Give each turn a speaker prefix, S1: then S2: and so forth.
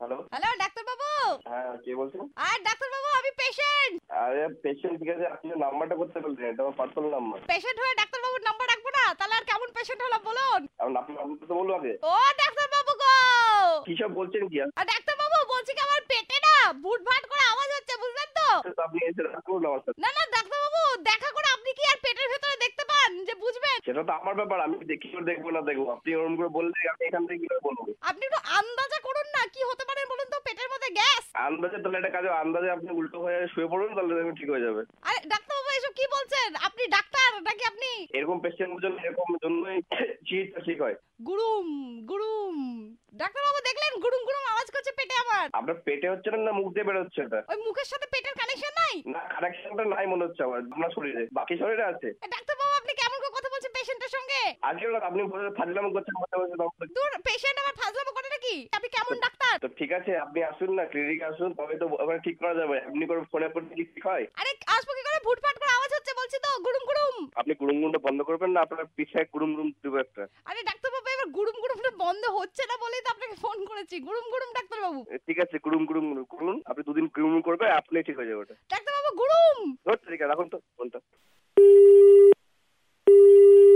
S1: Hello
S2: hello doctor বাবু
S1: হ্যাঁ কে বলছেন
S2: আর ডাক্তার বাবু আমি পেশেন্ট
S1: আরে পেশেন্ট ঠিক আছে আপনি নাম্বারটা করতে বলছেন এটা আমার পার্সোনাল নাম্বার
S2: পেশেন্ট হয়ে ডাক্তার বাবুর নাম্বার রাখবো না তাহলে আর কেমন পেশেন্ট হলো বলুন
S1: এখন আপনি আপনার তো বলবো আগে
S2: ও ডাক্তার বাবু গো
S1: কিসব বলছেন কি আর?
S2: আর ডাক্তার বাবু বলছি কি আমার পেটে না ভুট ভাট করে আওয়াজ হচ্ছে বুঝলেন তো
S1: তো আপনি এসে রাগ করুন আমার সাথে
S2: না না ডাক্তার বাবু দেখা করে আপনি কি আর পেটের ভেতরে দেখতে পান যে বুঝবেন
S1: সেটা তো আমার ব্যাপার আমি দেখি করে দেখবো না দেখবো আপনি ওরকম করে বললে আমি এখান থেকে কি করে বলবো
S2: আপনি একটু আন্দাজা করুন না কি হতে পারে বলুন তো পেটের মধ্যে গ্যাস
S1: আন্দাজে তাহলে একটা কাজে আন্দাজে আপনি উল্টো হয়ে শুয়ে পড়ুন তাহলে দেখবেন ঠিক হয়ে যাবে
S2: আরে ডাক্তার বাবু এসব কি বলছেন আপনি ডাক্তার নাকি আপনি
S1: এরকম পেশেন্টের জন্য এরকম জন্যই চিকিৎসা ঠিক হয়
S2: গুরুম গুরুম ডাক্তার বাবু দেখলেন গুরুম গুরুম আওয়াজ করছে পেটে আমার
S1: আপনার পেটে হচ্ছে না না মুখ দিয়ে বেরোচ্ছে এটা
S2: ওই মুখের সাথে পেটের কানেকশন নাই
S1: না কানেকশনটা নাই মনে হচ্ছে আমার আপনার শরীরে বাকি শরীরে আছে
S2: এ, ডাক্তার বাবু আপনি কেমন করে কথা বলছেন পেশেন্টের সঙ্গে
S1: আজকে আপনি বলে ফাজলাম করছেন বসে বসে তখন
S2: দূর পেশেন্ট আমার ফাজলামো করে নাকি আপনি কেমন ডাক্তার
S1: তো ঠিক আছে আপনি আসুন না ক্লিনিকে আসুন তবে তো ওখানে ঠিক করা যাবে এমনি করে ফোনে করতে কি ঠিক হয়
S2: আরে আসবো কি করে ভুটফাট করে আওয়াজ হচ্ছে বলছি তো গুরুম গুরুম
S1: আপনি গুরুমগুমটা বন্ধ করবেন না আপনার পিছায় গুরুমগুম দেবো একটা
S2: আরে ডাক্তার বাবু এবার গুরুম গুরুমটা বন্ধ হচ্ছে না বলেই তো আপনাকে ফোন করেছি গুরুম গুরুম ডাক্তার বাবু
S1: এ, ঠিক আছে গুরুম গুরুম গুরুম করুন আপনি দুদিন গুরুম করবে আপনি ঠিক হয়ে যাবে ওটা
S2: ডাক্তার বাবু গুরুম
S1: ধর, ঠিক আছে রাখুন তো ফোনটা